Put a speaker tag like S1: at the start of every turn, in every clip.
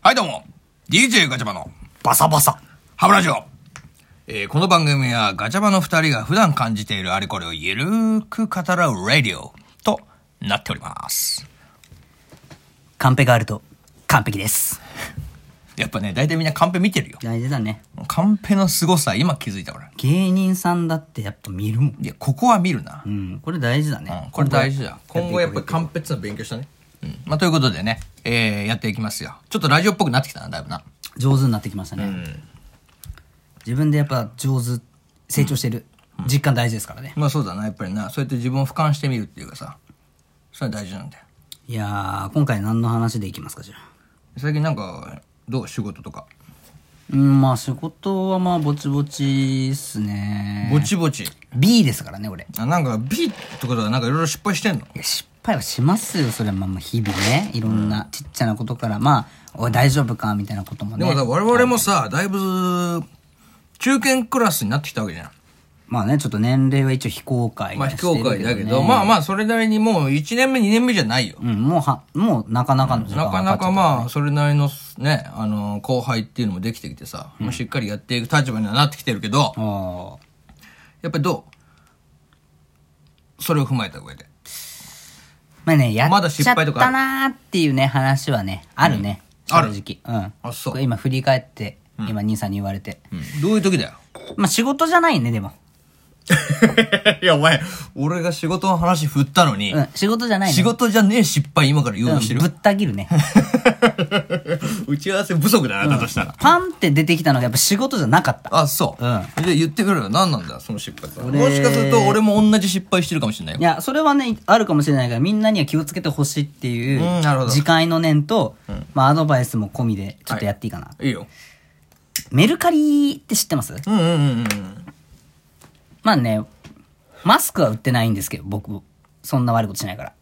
S1: はいどうも、DJ ガチャバの
S2: バサバサ。
S1: ハブラジオ。えーこの番組はガチャバの二人が普段感じているあれこれをゆるーく語らうラディオとなっております。
S2: カンペがあると完璧です。
S1: やっぱね、大体みんなカンペ見てるよ。
S2: 大事だね。
S1: カンペの凄さ、今気づいた俺。
S2: 芸人さんだってやっぱ見るもん。
S1: いや、ここは見るな
S2: う。ん、これ大事だ
S1: う
S2: ね
S1: ん。これ大事だ。今
S2: 今
S1: 後
S2: 後や
S1: や
S2: っ
S1: っ
S2: ぱ
S1: ぱ
S2: り
S1: りカンペっていうの勉強したね。うん。まあ、ということでね、えー、やっていきますよ。ちょっとラジオっぽくなってきたな、だいぶな。
S2: 上手になってきましたね。自分でやっぱ上手、成長してる実感大事ですからね。
S1: まあそうだな、やっぱりな。そうやって自分を俯瞰してみるっていうかさ、それは大事なんだよ。
S2: いやー、今回何の話でいきますか、じゃあ。
S1: 最近なんか、どう仕事とか。
S2: うん、まあ仕事はまあぼちぼちっすね。
S1: ぼちぼち。
S2: B ですからね、俺。
S1: あなんか B ってことはなんかいろいろ失敗してんの
S2: いや失敗はしますよ、それはまあまあ日々ね。いろんなちっちゃなことから、まあ、おい大丈夫かみたいなことも
S1: で
S2: ね
S1: も。さ、我々もさ、だいぶ、中堅クラスになってきたわけじゃん。
S2: まあね、ちょっと年齢は一応非公開
S1: まあ、
S2: は
S1: 非
S2: してる
S1: 公
S2: ね
S1: 開だけど、まあまあ、それなりにもう1年目、2年目じゃないよ。
S2: うん、もうは、もうなかなかの時間
S1: なかなか
S2: ま
S1: まあ、それなりのね、あの、後輩っていうのもできてきてさ、まあしっかりやっていく立場にはなってきてるけど、
S2: あ
S1: やっぱりどうそれを踏まえた上で。
S2: ー。まあね、や
S1: まだ
S2: っ
S1: 失
S2: ちゃっ
S1: 敗とかあ
S2: た
S1: る
S2: なーっていうね、話はね、あるね。
S1: うんある
S2: 正直。うん。
S1: あそう
S2: これ今振り返って、今兄さんに言われて。
S1: どういう時だよ。
S2: まあ仕事じゃないね、でも。
S1: いや、お前、俺が仕事の話振ったのに、
S2: うん、仕事じゃないね。
S1: 仕事じゃねえ失敗今から言おうとして
S2: うん
S1: る
S2: ぶ。った切るね。
S1: 打ち合わせ不足だな、だとしたら。
S2: パンって出てきたのがやっぱ仕事じゃなかった。
S1: あ、そう。
S2: う
S1: で、言ってくれよ。何なんだよ、その失敗さ。
S2: 俺
S1: もしかすると、俺も同じ失敗してるかもしれないよ
S2: い。や、それはね、あるかもしれないから、みんなには気をつけてほしいっていう
S1: うんなるほど、
S2: 自戒の念と、まあアドバイスも込みで、ちょっとやっていいかな。
S1: いいよ。
S2: メルカリって知ってます
S1: うんうんうんうん。
S2: まあね、マスクは売ってないんですけど、僕も。そんな悪いことしないか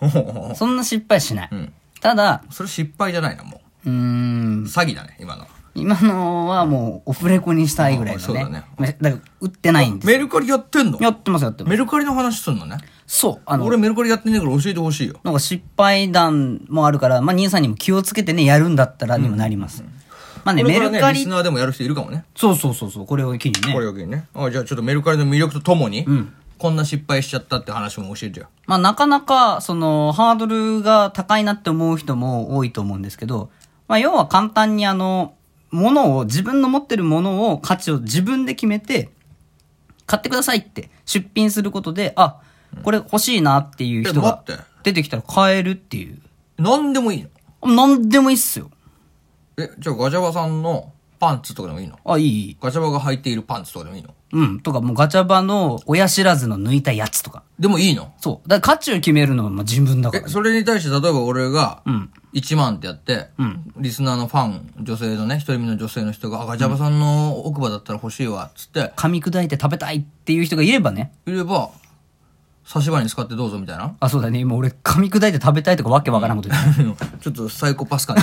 S2: ら。そんな失敗しない。
S1: ん
S2: ただ、
S1: それ失敗じゃないな、も
S2: うーん
S1: う。、詐欺だね、今の。
S2: 今のはもうオフレコにしたいぐらいの
S1: あ
S2: ね。
S1: そうだね
S2: まあだから売ってないんです。
S1: メルカリやってんの
S2: やってます、やってます。
S1: メルカリの話すんのね。
S2: そう、あの、
S1: 俺メルカリやってねえから教えてほしいよ。
S2: なんか失敗談もあるから、まあ、兄さんにも気をつけてね、やるんだったらにもなります。まあね、
S1: これ
S2: メ
S1: から
S2: ル
S1: ね
S2: カ
S1: リ
S2: リ
S1: ス、ナーでもやる人いるかもね。
S2: そうそうそうそう、これを機にね
S1: こ。れを機にね。あじゃあちょっとメルカリの魅力とともに、こんな失敗しちゃったって話も教えてよ。
S2: まあ、なかなか、その、ハードルが高いなって思う人も多いと思うんですけど、まあ、要は簡単にあの、物を、自分の持ってるものを、価値を自分で決めて、買ってくださいって出品することで、あ、これ欲しいなっていう人が
S1: え待って
S2: 出てきたら買えるっていう。
S1: 何でもいいの
S2: なんでもいいっすよ。
S1: え、じゃあガチャバさんのパンツとかでもいいの
S2: あ、いいいい。
S1: ガチャバが履いているパンツとかでもいいの
S2: うん。とか、もうガチャバの親知らずの抜いたやつとか。
S1: でもいいの
S2: そう。だから価値を決めるのはまあ自分だか
S1: え
S2: ら、。
S1: それに対して、例えば俺が、1万ってやって、リスナーのファン、女性のね、一人目の女性の人が、あ、ガチャバさんの奥歯だったら欲しいわ、つって、
S2: 噛み砕いて食べたいっていう人がいればね。。
S1: いれば、差し歯に使ってどうぞ、みたいな
S2: あ、そうだね。今俺噛み砕いて食べたいとかわけわからんこと言っ
S1: ちょっとサイコパス 感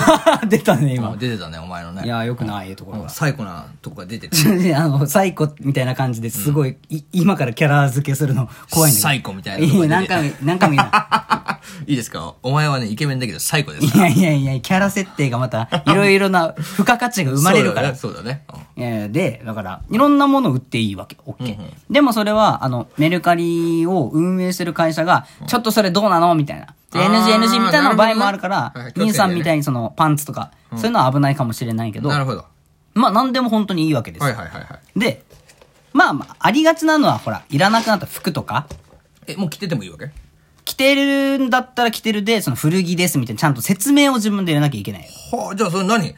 S1: 出て
S2: た。出たね、
S1: たも
S2: 今
S1: う。出てたね、お前の
S2: い
S1: ね。
S2: や、よくない、いうところが。
S1: サイコなとこが出てて。
S2: あの、サイコみたいな感じですごい、い今からキャラ付けするの怖いんだけど。
S1: サイコみたいなと
S2: い
S1: こ
S2: や、
S1: が
S2: 何
S1: 出て
S2: 回も、何回も言うな。
S1: いいですかお前はね、イケメンだけどサイコです。
S2: いやいやいや、キャラ設定がまた、いろいろな付加価値が生まれるから。
S1: そうだね。そうだね
S2: えーで、だから、いろんなもの売っていいわけ。OK。でもそれは、あの、メルカリを運営してる会社が、ちょっとそれどうなのみたいな。で
S1: あー
S2: NG、NG みたいな場合も
S1: な
S2: あ
S1: る
S2: る
S1: ほ
S2: か
S1: どね
S2: ら
S1: はい、気をつけてね
S2: 兄さんみたいにその、パンツとか、そういうのは危ないかもしれないけ
S1: うん
S2: ど、
S1: なるほど。
S2: まあ、なんでも本当にいいわけです。
S1: はいはいはいはい。
S2: で、まあまあ、ありがちなのは、ほら、いらなくなった服とか、
S1: え、もう着ててもいいわけ
S2: 着てるんだったら着てるで、その古着ですみたいな、ちゃんと説明を自分で入れなきゃいけない。
S1: はあ、じゃあそれ何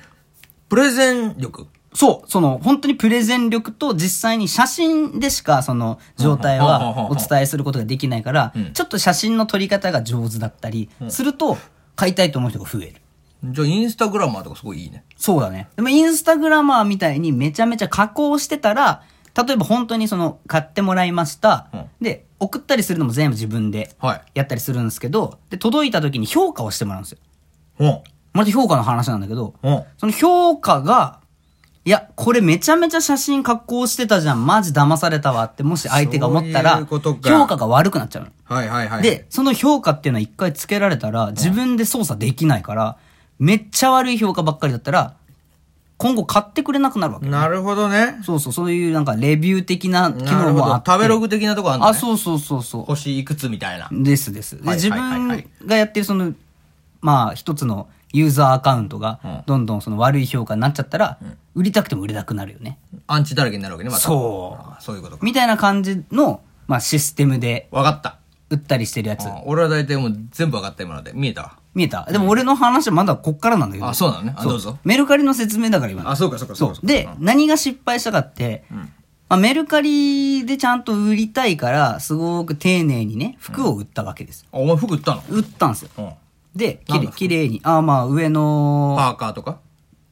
S1: プレゼン力
S2: そう、その、本当にプレゼン力と実際に写真でしか、その、状態
S1: うんうんうんうん
S2: はお伝えすることができないから、ちょっと写真の撮り方が上手だったり、すると、買いたいと思う人が増える。
S1: じゃあインスタグラマーとかすごいいいね。
S2: そうだね。でも、インスタグラマーみたいにめちゃめちゃ加工してたら、例えば本当にその、買ってもらいました。
S1: うん
S2: で、送ったりするのも全部自分で、
S1: はい。
S2: やったりするんですけど、で、届いた時に評価をしてもらうんですよ。
S1: うん。
S2: また評価の話なんだけど、
S1: うん。
S2: その評価が、いや、これめちゃめちゃ写真加工してたじゃん。マジ騙されたわって、もし相手が思った
S1: そうい
S2: ら、
S1: うこと
S2: 評
S1: か
S2: 価が悪くなっちゃうの。
S1: はいはいはい。、
S2: で、その評価っていうのは一回つけられたら、自分で操作できないから、めっちゃ悪い評価ばっかりだったら、今後買ってくれなくなるわけ。
S1: なるほどね。
S2: そうそう、そういうなんかレビュー的な機
S1: なる
S2: 能
S1: ほ
S2: もあ
S1: ど
S2: っ。て。
S1: 食べログ的なとこあるの、ね、
S2: あ、そうそうそうそう。
S1: 星いくつみたいな。
S2: ですです。で
S1: はい
S2: 自
S1: はいはいは
S2: 分
S1: い
S2: がやってるその、まあ一つのユーザーアカウント
S1: うん
S2: が、どんどんその悪い評価になっちゃったら、売りたくても売れなくなるよね。
S1: アンチだらけになるわけね、また。
S2: そう
S1: あ。そういうことか。
S2: みたいな感じの、まあシステムで
S1: わかった。
S2: 売ったりしてるやつ
S1: う。ん俺は大体もう全部わかった今ので。見えたわ。
S2: 見えたでも俺の話はまだこっからなんだけど。
S1: あそうなのねあどうぞ
S2: メルカリの説明だから今の。
S1: あそうかそうかそうかそうか
S2: で、何が失敗したかって、まあ、メルカリでちゃんと売りたいから、すごく丁寧にね、服を売ったわけです。
S1: あお前服売ったの
S2: 売ったんですよ。
S1: うん。
S2: で、
S1: なん
S2: きれ
S1: だ
S2: いきれいに。あ、まあ上の、
S1: パーカーとか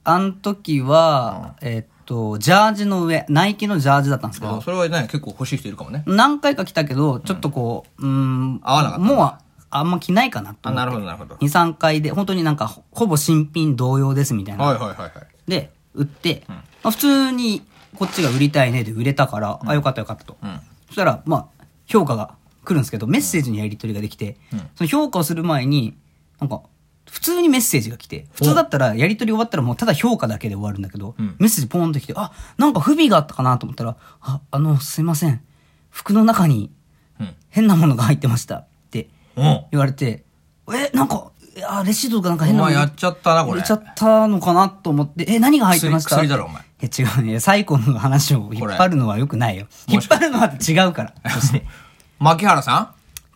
S2: あの時は、えっと、ジャージの上、ナイキのジャージだったんですけ
S1: あ
S2: ど、
S1: それはね、結構欲しい人いるかもね。
S2: 何回か来たけど、ちょっとこう、うーん、
S1: 合わなかった
S2: もうああんま着ないかなと
S1: あ、
S2: 思
S1: な
S2: っ
S1: る
S2: て。
S1: ほどなるほど。はい
S2: 2、3回で、本当になんかほ、ほぼ新品同様ですみたいな。
S1: はいはいはい。
S2: で、売って、まあ、普通にこっちが売りたいねで売れたから、あ、よかったよかったと。
S1: うん。
S2: そしたら、まあ、評価が来るんですけど、メッセージのやり取りができて、その評価をする前に、なんか、普通にメッセージが来て、普通だったら、やり取り終わったらもうただ評価だけで終わるんだけど、メッセージポーンって来て、あ、なんか不備があったかなと思ったら、あ、あの、すいません。服の中に
S1: うん。
S2: 変なものが入ってましたって
S1: うん。
S2: 言われて、え、なんか、あ、レシートがなんか変な
S1: お
S2: の
S1: 前やっちゃったな、こ
S2: 入
S1: れ。
S2: れちゃったのかなと思って、え、何が入ってました
S1: 薬薬だろお前
S2: え、違うね。サイコの話を引っ張るのは良くないよ。引
S1: も
S2: っ
S1: しか
S2: 張るのは違うから。そして、
S1: 牧原さ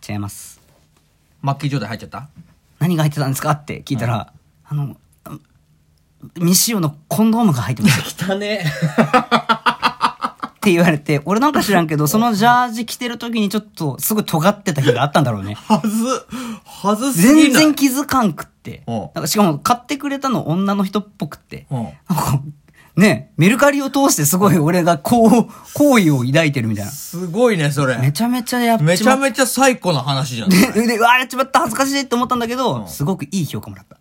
S2: 違います。
S1: ん末期状態入っちゃった
S2: 何が入ってたんですかって聞いたら、あの、あ未使用のコンドームが入って ました。っ
S1: 汚ね。
S2: て言われて、俺なんか知らんけ ど、そのジャージ着てる時にちょっと、すごい尖ってた日があったんだろう ね
S1: はず、はずすぎ
S2: 全
S1: る。
S2: 然気づかんくって。
S1: うん
S2: なんかしかも、買ってくれたの女の人っぽくって。
S1: うん
S2: なんかね、メルカリを通してすごい俺が こう、好意を抱いてるみたいな。
S1: すごいね、それ。
S2: めちゃめちゃやっちまっ
S1: めちゃめちゃ最高な話じゃん。
S2: ででうわやっちまった恥ずかしいって思ったんだけど、すごくいい評価もらった。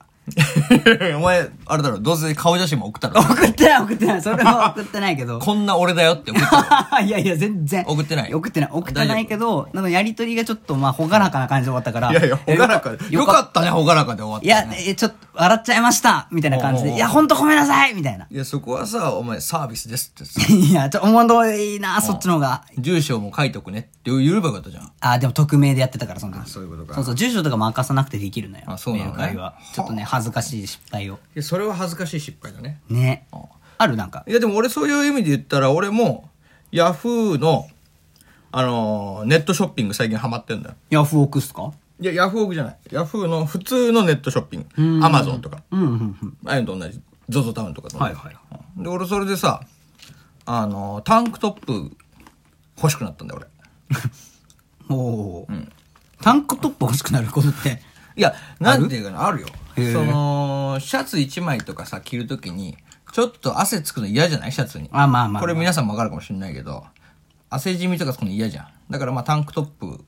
S1: お前、あれだろ、どうせ顔写真も送ったろ。
S2: 送ってない送ってない。それは送ってないけ ど。
S1: こんな俺だよって送ったろ。
S2: いやいや、全然。
S1: 送ってない
S2: 送ってない。送ってないけど、なんかやりとりがちょっと、まあ、ほがらかな感じで終わったか ら。
S1: いやいや、ほがらか
S2: え
S1: で。よかったね、ほがらかで終わった。
S2: いや、えちょっと、笑っちゃいましたみたいな感じ
S1: おうおうお
S2: で。
S1: う
S2: いや、ほんとごめんなさいみたいな。
S1: いや、そこはさ、お前サービスですってさ、
S2: いや、ちょ、おもろいな、そっちの方が。
S1: 住所も書いとくねって言えばよかったじゃん。
S2: あ、でも匿名でやってたから、その時。
S1: そういうことか
S2: そうそう、住所とかも明かさなくてできるのよ。
S1: あそうなのね
S2: メルカリは。ちょっとね、恥ずかしい失敗を。
S1: いや、それは恥ずかしい失敗だね。
S2: ね。あるなんか。
S1: いや、でも俺そういう意味で言ったら、俺も、ヤフーの、あのーネットショッピング最近ハマってんだよ。
S2: ヤフオクっすか
S1: いや、ヤフオクじゃない。ヤフーの普通のネットショッピング。アマゾンとか。
S2: うんうんうん。
S1: ああいうのと同じ。ゾゾタウンとかと同じ。
S2: はいはい
S1: うんで、俺それでさ、あのータンクトップ欲しくなったんだよ、俺。
S2: おお、タンクトップ欲しくなることって。
S1: いや、なんていうかな、あるよ。
S2: へえ
S1: その、シャツ1枚とかさ、着るときに、ちょっと汗つくの嫌じゃないシャツに。
S2: あ、まあまあ。。
S1: これ皆さんもわかるかもしれないけど、汗染みとかつくの嫌じゃん。だからまあタンクトップ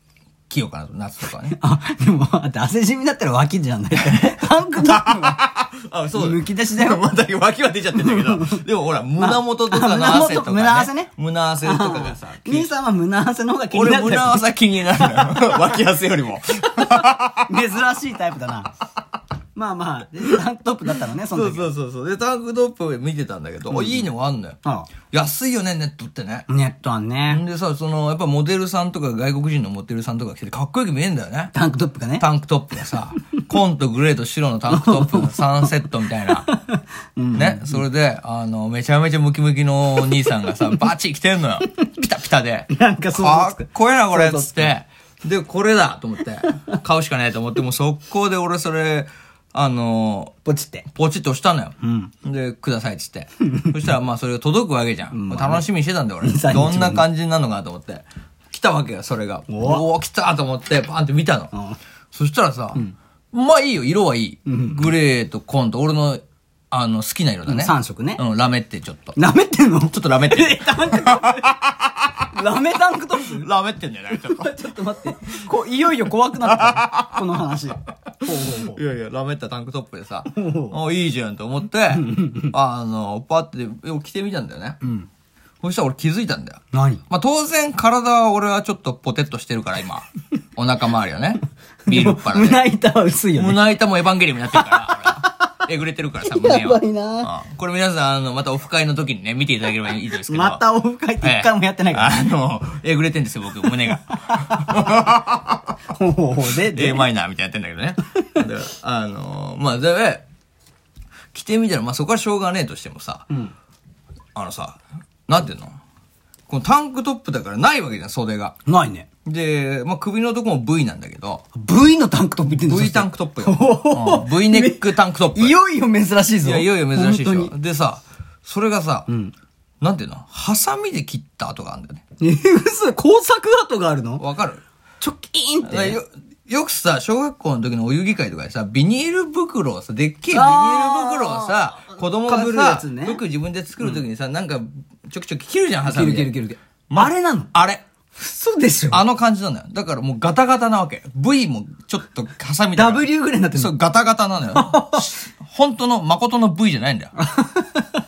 S1: 着ようかなと、夏とかはね
S2: あ、でも、だって汗染みだったら脇じゃない。タンクトッ プ は。
S1: あ、
S2: そうだよむき出しだよ
S1: まだ脇は出ちゃってんだけ ど。でもほら、胸元とかの汗とか、ね。
S2: まああ胸元胸汗ね
S1: 胸汗とかが さ。
S2: 兄さんは胸汗の方が気にな
S1: 俺
S2: ったよね
S1: 胸汗気になるのよ。 脇汗よりも。
S2: 珍しいタイプだな。まあまあ、でタンクトップだったのね、その
S1: そう
S2: 時。
S1: そうそうそう。で、タンクトップ見てたんだけど、おいいのもあんのよ
S2: あ。
S1: 安いよね、ネットってね。
S2: ネットはね、
S1: んでさ、その、やっぱモデルさんとか外国人のモデルさんとか着てかっこよく見えんだよね。
S2: タンクトップがね。
S1: タンクトップが さ、紺とグレーと白のタンクトップが3セットみたいな。ね。それで、あの、めちゃめちゃムキムキのお兄さんが さ、バチ着てんのよ。ピタピタで。
S2: なんか想像
S1: か
S2: つく
S1: っこええな、これっ
S2: 想像
S1: つって。で、これだと思って、買うしかないと思って、もう速攻で俺それ、あの、
S2: ポチって。
S1: ポチッと押したのよ。で、くださいっつって。 そしたら、まあ、それが届くわけじゃん。楽しみにしてたんだよ、俺。
S2: 23日
S1: どんな感じになるのかなと思って。来たわけよ、それが。おおー来たと思って、パンって見たの。そしたらさ、まあいいよ、色はいい。グレーとコーンと、俺の、あの、好きな色だね。
S2: 3色ね
S1: うん、ラメってちょっと。
S2: 舐めてんのち
S1: ちょっとラメって る。
S2: タンクトップ。ラメタンクトップ
S1: ラメってんじゃないちょっと。
S2: ちょっと待って。こういよいよ怖くなった。この話。ほうほうほ う
S1: いやいや、ラメったタンクトップでさ、あいいじゃんと思 って、あの、パって着てみたんだよね。そしたら俺気づいたんだよ。
S2: 何
S1: まあ当然体は俺はちょっとポテッとしてるから今。お腹周りはね。ビールっ腹で。
S2: 胸板は薄いよね。
S1: 胸板もエヴァンゲリオンになってるからえぐれてるからさ、胸
S2: や
S1: は
S2: ば。いな
S1: うんこれ皆さん、あの、またオフ会の時にね、見ていただければいいですけど。
S2: またオフ会って一回もやってないか
S1: え
S2: ら。
S1: えあの、えぐれてんですよ、僕、胸が。
S2: ほうほうほう で、
S1: A
S2: で、
S1: マイナーみたいなやってんだけどね。であのーまあ、で、着てみたら、まあそこはしょうがねえとしてもさ、あのさ、なんていうのこのタンクトップだからないわけじゃん、袖が。
S2: ないね。
S1: で、まあ首のとこも V なんだけど、
S2: V のタンクトップって言うん
S1: V タンクトップ よ。うん V ネックタンクトップ。
S2: いよいよ珍しいぞ。
S1: いや、いよいよ珍しいでし
S2: 本
S1: ょ。でさ、それがさ、なんていうのハサミで切った跡があるんだよね。
S2: 当に。え、嘘、工作跡があるの
S1: わかる
S2: チョキーンっ
S1: だから
S2: て。
S1: よよくさ、小学校の時のお遊戯会とかでさ、ビニール袋をさ、でっけえビニー
S2: あー
S1: ル袋をさ、子供
S2: 被る
S1: が
S2: や
S1: さ、
S2: つね
S1: 服自分で作る時にさ、なんか、ちょきちょき切るじゃん、ハサミで。
S2: 切る切る切る
S1: ま
S2: あれなの
S1: あれ。
S2: 嘘でしょ
S1: あの感じなのよ。だからもうガタガタなわけ。V もちょっとハサミだから
S2: W ぐらいになってる
S1: そう、ガタガタなの よ。し本当の、誠の V じゃないんだよ。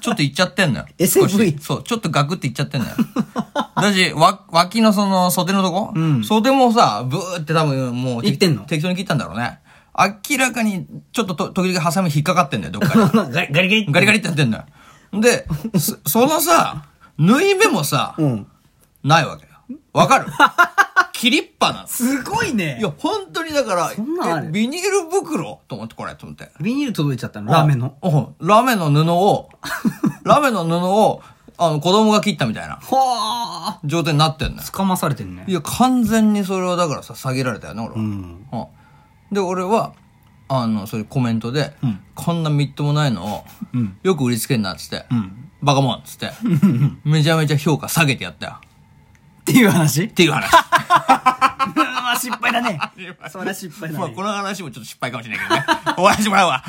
S1: ちょっといっちゃってんのよ。
S2: SV
S1: 少しそう、ちょっとガクっていっちゃってんのよ。だし、わ、脇のその袖のとこ、袖もさ、ブーって多分もう、
S2: いってんの
S1: 適当に切ったんだろうね。明らかに、ちょっとと、時々ハサミ引っかかってんだよ、どっかに。
S2: ガリガリガリ
S1: ガリガリってなってんのよ。で、そそのさ、縫い目もさ、
S2: うん。
S1: ないわけよ。わ かる切りっぱなの。
S2: すごいね
S1: いや、本当にだから、
S2: んなんある
S1: えビニール袋と思って、これ、と思って。
S2: ビニール届いちゃったのラーメンの。
S1: うんラメの布を、 ラメの布を、あの、子供が切ったみたいな
S2: ほー
S1: 状態になってんのよ。
S2: つかまされてるね
S1: い。や、完全にそれはだからさ、下げられたよね、俺は。
S2: ん
S1: うんで、俺は、あの、それコメントで、こんなみっともないのを、よく売りつけんな、つって、バカもん、つっ て、めちゃめちゃ評価下げてやったよ。
S2: っていう話
S1: っていう 話。
S2: まあ失敗だね。そりゃ失敗だ
S1: まあ、
S2: ね
S1: こ。の話もちょっと失敗かもしれないけどね。終わらせてもらうわ。